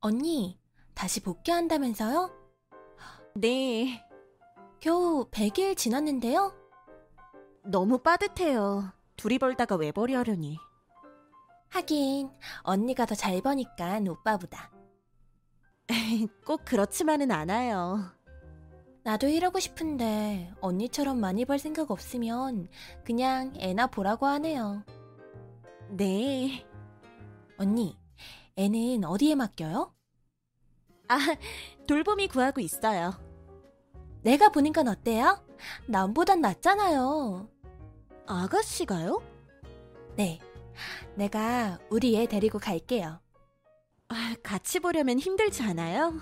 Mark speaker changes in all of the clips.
Speaker 1: 언니, 다시 복귀한다면서요?
Speaker 2: 네,
Speaker 1: 겨우 100일 지났는데요?
Speaker 2: 너무 빠듯해요. 둘이 벌다가 왜 버리하려니.
Speaker 1: 하긴, 언니가 더 잘 버니까 오빠보다.
Speaker 2: 꼭 그렇지만은 않아요.
Speaker 1: 나도 이러고 싶은데, 언니처럼 많이 벌 생각 없으면 그냥 애나 보라고 하네요.
Speaker 2: 네.
Speaker 1: 언니, 애는 어디에 맡겨요?
Speaker 2: 아, 돌봄이 구하고 있어요.
Speaker 1: 내가 보는 건 어때요? 남보단 낫잖아요.
Speaker 2: 아가씨가요?
Speaker 1: 네. 내가 우리 애 데리고 갈게요.
Speaker 2: 아, 같이 보려면 힘들지 않아요?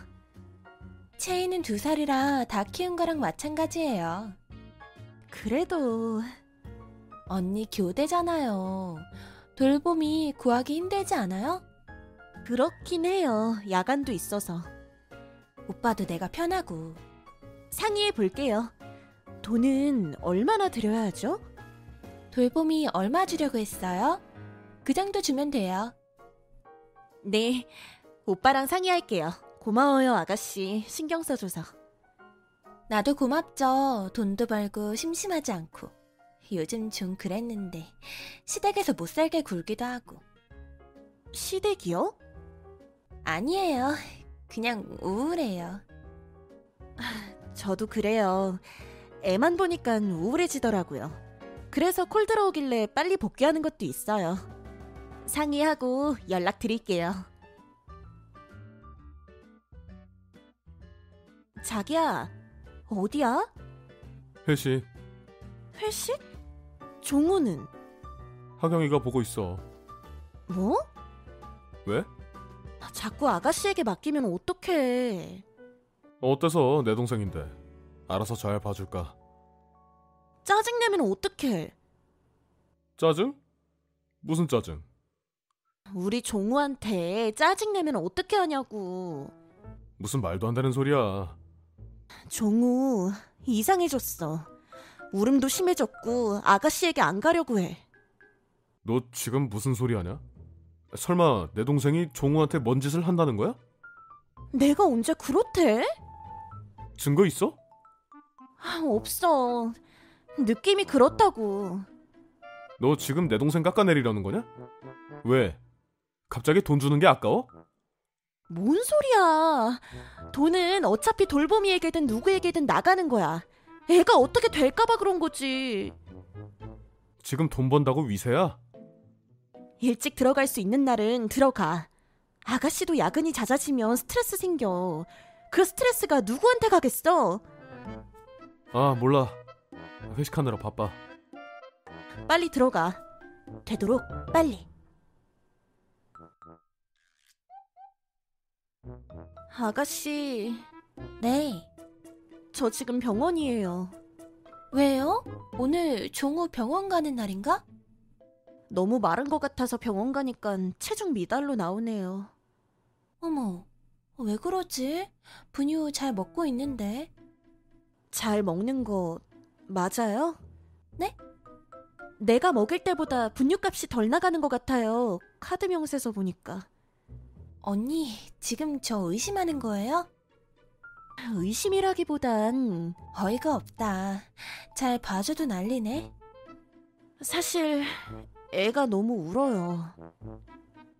Speaker 1: 채이는 두 살이라 다 키운 거랑 마찬가지예요.
Speaker 2: 그래도
Speaker 1: 언니 교대잖아요. 돌봄이 구하기 힘들지 않아요?
Speaker 2: 그렇긴 해요. 야간도 있어서.
Speaker 1: 오빠도 내가 편하고.
Speaker 2: 상의해 볼게요. 돈은 얼마나 드려야 하죠?
Speaker 1: 돌봄이 얼마 주려고 했어요? 그 정도 주면 돼요.
Speaker 2: 네, 오빠랑 상의할게요. 고마워요, 아가씨. 신경 써줘서.
Speaker 1: 나도 고맙죠. 돈도 벌고 심심하지 않고. 요즘 좀 그랬는데 시댁에서 못 살게 굴기도 하고.
Speaker 2: 시댁이요?
Speaker 1: 아니에요. 그냥 우울해요.
Speaker 2: 저도 그래요. 애만 보니까 우울해지더라고요. 그래서 콜 들어오길래 빨리 복귀하는 것도 있어요. 상의하고 연락드릴게요. 자기야, 어디야?
Speaker 3: 혜시,
Speaker 2: 회식? 종호는?
Speaker 3: 하경이가 보고 있어.
Speaker 2: 뭐? 아,
Speaker 3: 왜?
Speaker 2: 자꾸 아가씨에게 맡기면 어떡해.
Speaker 3: 어때서 내 동생인데. 알아서 잘 봐줄까.
Speaker 2: 짜증내면 어떡해.
Speaker 3: 짜증? 무슨 짜증?
Speaker 2: 우리 종호한테 짜증내면 어떻게 하냐고.
Speaker 3: 무슨 말도 안 되는 소리야.
Speaker 2: 종우 이상해졌어. 울음도 심해졌고 아가씨에게 안 가려고 해.
Speaker 3: 너 지금 무슨 소리 하냐? 설마 내 동생이 종우한테 뭔 짓을 한다는 거야?
Speaker 2: 내가 언제 그렇대?
Speaker 3: 증거 있어?
Speaker 2: 아, 없어. 느낌이 그렇다고.
Speaker 3: 너 지금 내 동생 깎아내리라는 거냐? 왜? 갑자기 돈 주는 게 아까워?
Speaker 2: 뭔 소리야. 돈은 어차피 돌봄이에게든 누구에게든 나가는 거야. 애가 어떻게 될까봐 그런 거지.
Speaker 3: 지금 돈 번다고 위세야?
Speaker 2: 일찍 들어갈 수 있는 날은 들어가. 아가씨도 야근이 잦아지면 스트레스 생겨. 그 스트레스가 누구한테 가겠어?
Speaker 3: 아, 몰라. 회식하느라 바빠.
Speaker 2: 빨리 들어가. 되도록 빨리. 아가씨,
Speaker 1: 네.
Speaker 2: 저 지금 병원이에요.
Speaker 1: 왜요? 오늘 종우 병원 가는 날인가?
Speaker 2: 너무 마른 것 같아서 병원 가니깐 체중 미달로 나오네요.
Speaker 1: 어머, 왜 그러지? 분유 잘 먹고 있는데.
Speaker 2: 잘 먹는 거 맞아요?
Speaker 1: 네?
Speaker 2: 내가 먹을 때보다 분유값이 덜 나가는 것 같아요. 카드 명세서 보니까.
Speaker 1: 언니, 지금 저 의심하는 거예요?
Speaker 2: 의심이라기보단
Speaker 1: 어이가 없다. 잘 봐줘도 난리네.
Speaker 2: 사실 애가 너무 울어요.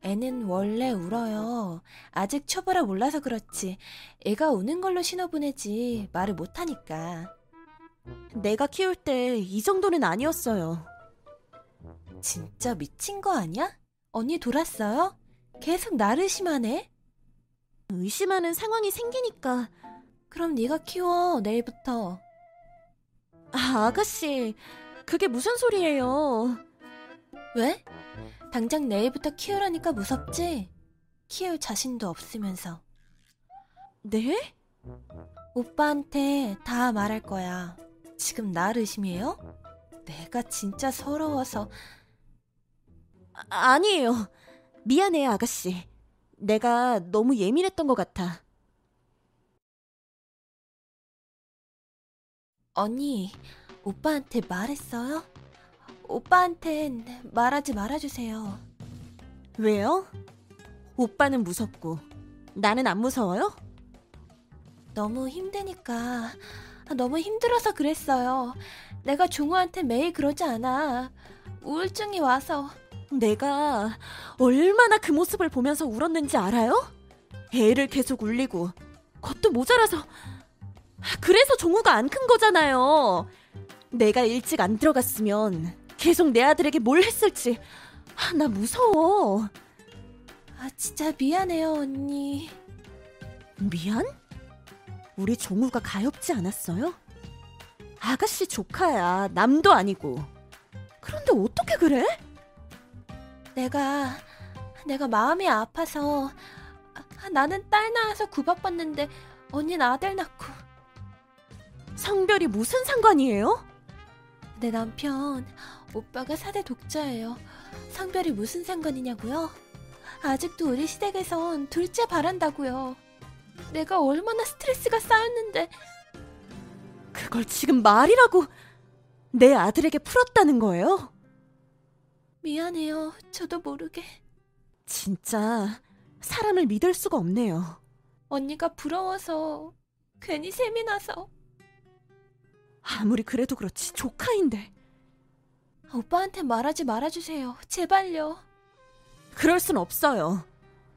Speaker 1: 애는 원래 울어요. 아직 초보라 몰라서 그렇지. 애가 우는 걸로 신호 보내지 말을 못하니까.
Speaker 2: 내가 키울 때 이 정도는 아니었어요.
Speaker 1: 진짜 미친 거 아니야? 언니 돌았어요? 계속 나를 의심하네?
Speaker 2: 의심하는 상황이 생기니까
Speaker 1: 그럼 네가 키워, 내일부터.
Speaker 2: 아, 아가씨 그게 무슨 소리예요?
Speaker 1: 왜? 당장 내일부터 키우라니까 무섭지? 키울 자신도 없으면서.
Speaker 2: 네?
Speaker 1: 오빠한테 다 말할 거야. 지금 나를 의심해요? 내가 진짜 서러워서
Speaker 2: 아, 아니에요. 미안해요, 아가씨. 내가 너무 예민했던 것 같아.
Speaker 1: 언니 오빠한테 말했어요? 오빠한텐 말하지 말아주세요.
Speaker 2: 왜요? 오빠는 무섭고 나는 안 무서워요?
Speaker 1: 너무 힘드니까 아, 너무 힘들어서 그랬어요. 내가 종호한테 매일 그러지 않아. 우울증이 와서
Speaker 2: 내가 얼마나 그 모습을 보면서 울었는지 알아요? 애를 계속 울리고 그것도 모자라서 아, 그래서 종우가 안 큰 거잖아요. 내가 일찍 안 들어갔으면 계속 내 아들에게 뭘 했을지 아, 나 무서워.
Speaker 1: 아 진짜 미안해요 언니.
Speaker 2: 미안? 우리 종우가 가엾지 않았어요? 아가씨 조카야 남도 아니고 그런데 어떻게 그래?
Speaker 1: 내가 내가 마음이 아파서 아, 아, 나는 딸 낳아서 구박받는데 언니는 아들 낳고
Speaker 2: 성별이 무슨 상관이에요?
Speaker 1: 내 남편 오빠가 사대 독자예요. 성별이 무슨 상관이냐고요? 아직도 우리 시댁에선 둘째 바란다고요. 내가 얼마나 스트레스가 쌓였는데
Speaker 2: 그걸 지금 말이라고 내 아들에게 풀었다는 거예요?
Speaker 1: 미안해요. 저도 모르게
Speaker 2: 진짜 사람을 믿을 수가 없네요.
Speaker 1: 언니가 부러워서 괜히 세미나서
Speaker 2: 아무리 그래도 그렇지 조카인데
Speaker 1: 오빠한테 말하지 말아주세요. 제발요.
Speaker 2: 그럴 순 없어요.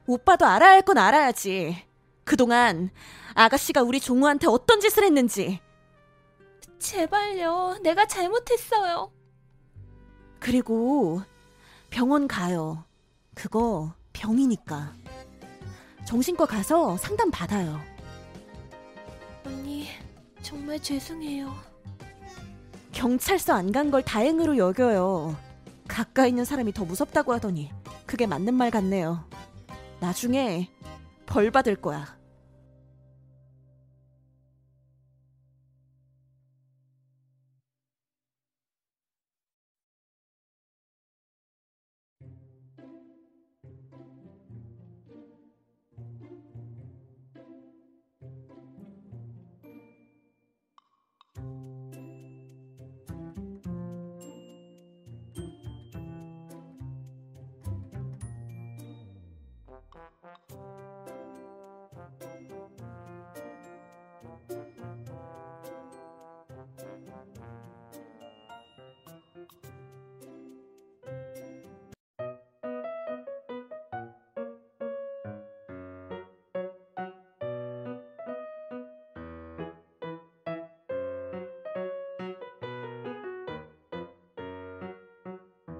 Speaker 2: 오빠도 알아야 할 건 알아야지. 그동안 아가씨가 우리 종우한테 어떤 짓을 했는지
Speaker 1: 제발요. 내가 잘못했어요.
Speaker 2: 그리고 병원 가요. 그거 병이니까 정신과 가서 상담 받아요.
Speaker 1: 언니 정말 죄송해요.
Speaker 2: 경찰서 안 간 걸 다행으로 여겨요. 가까이 있는 사람이 더 무섭다고 하더니 그게 맞는 말 같네요. 나중에 벌 받을 거야.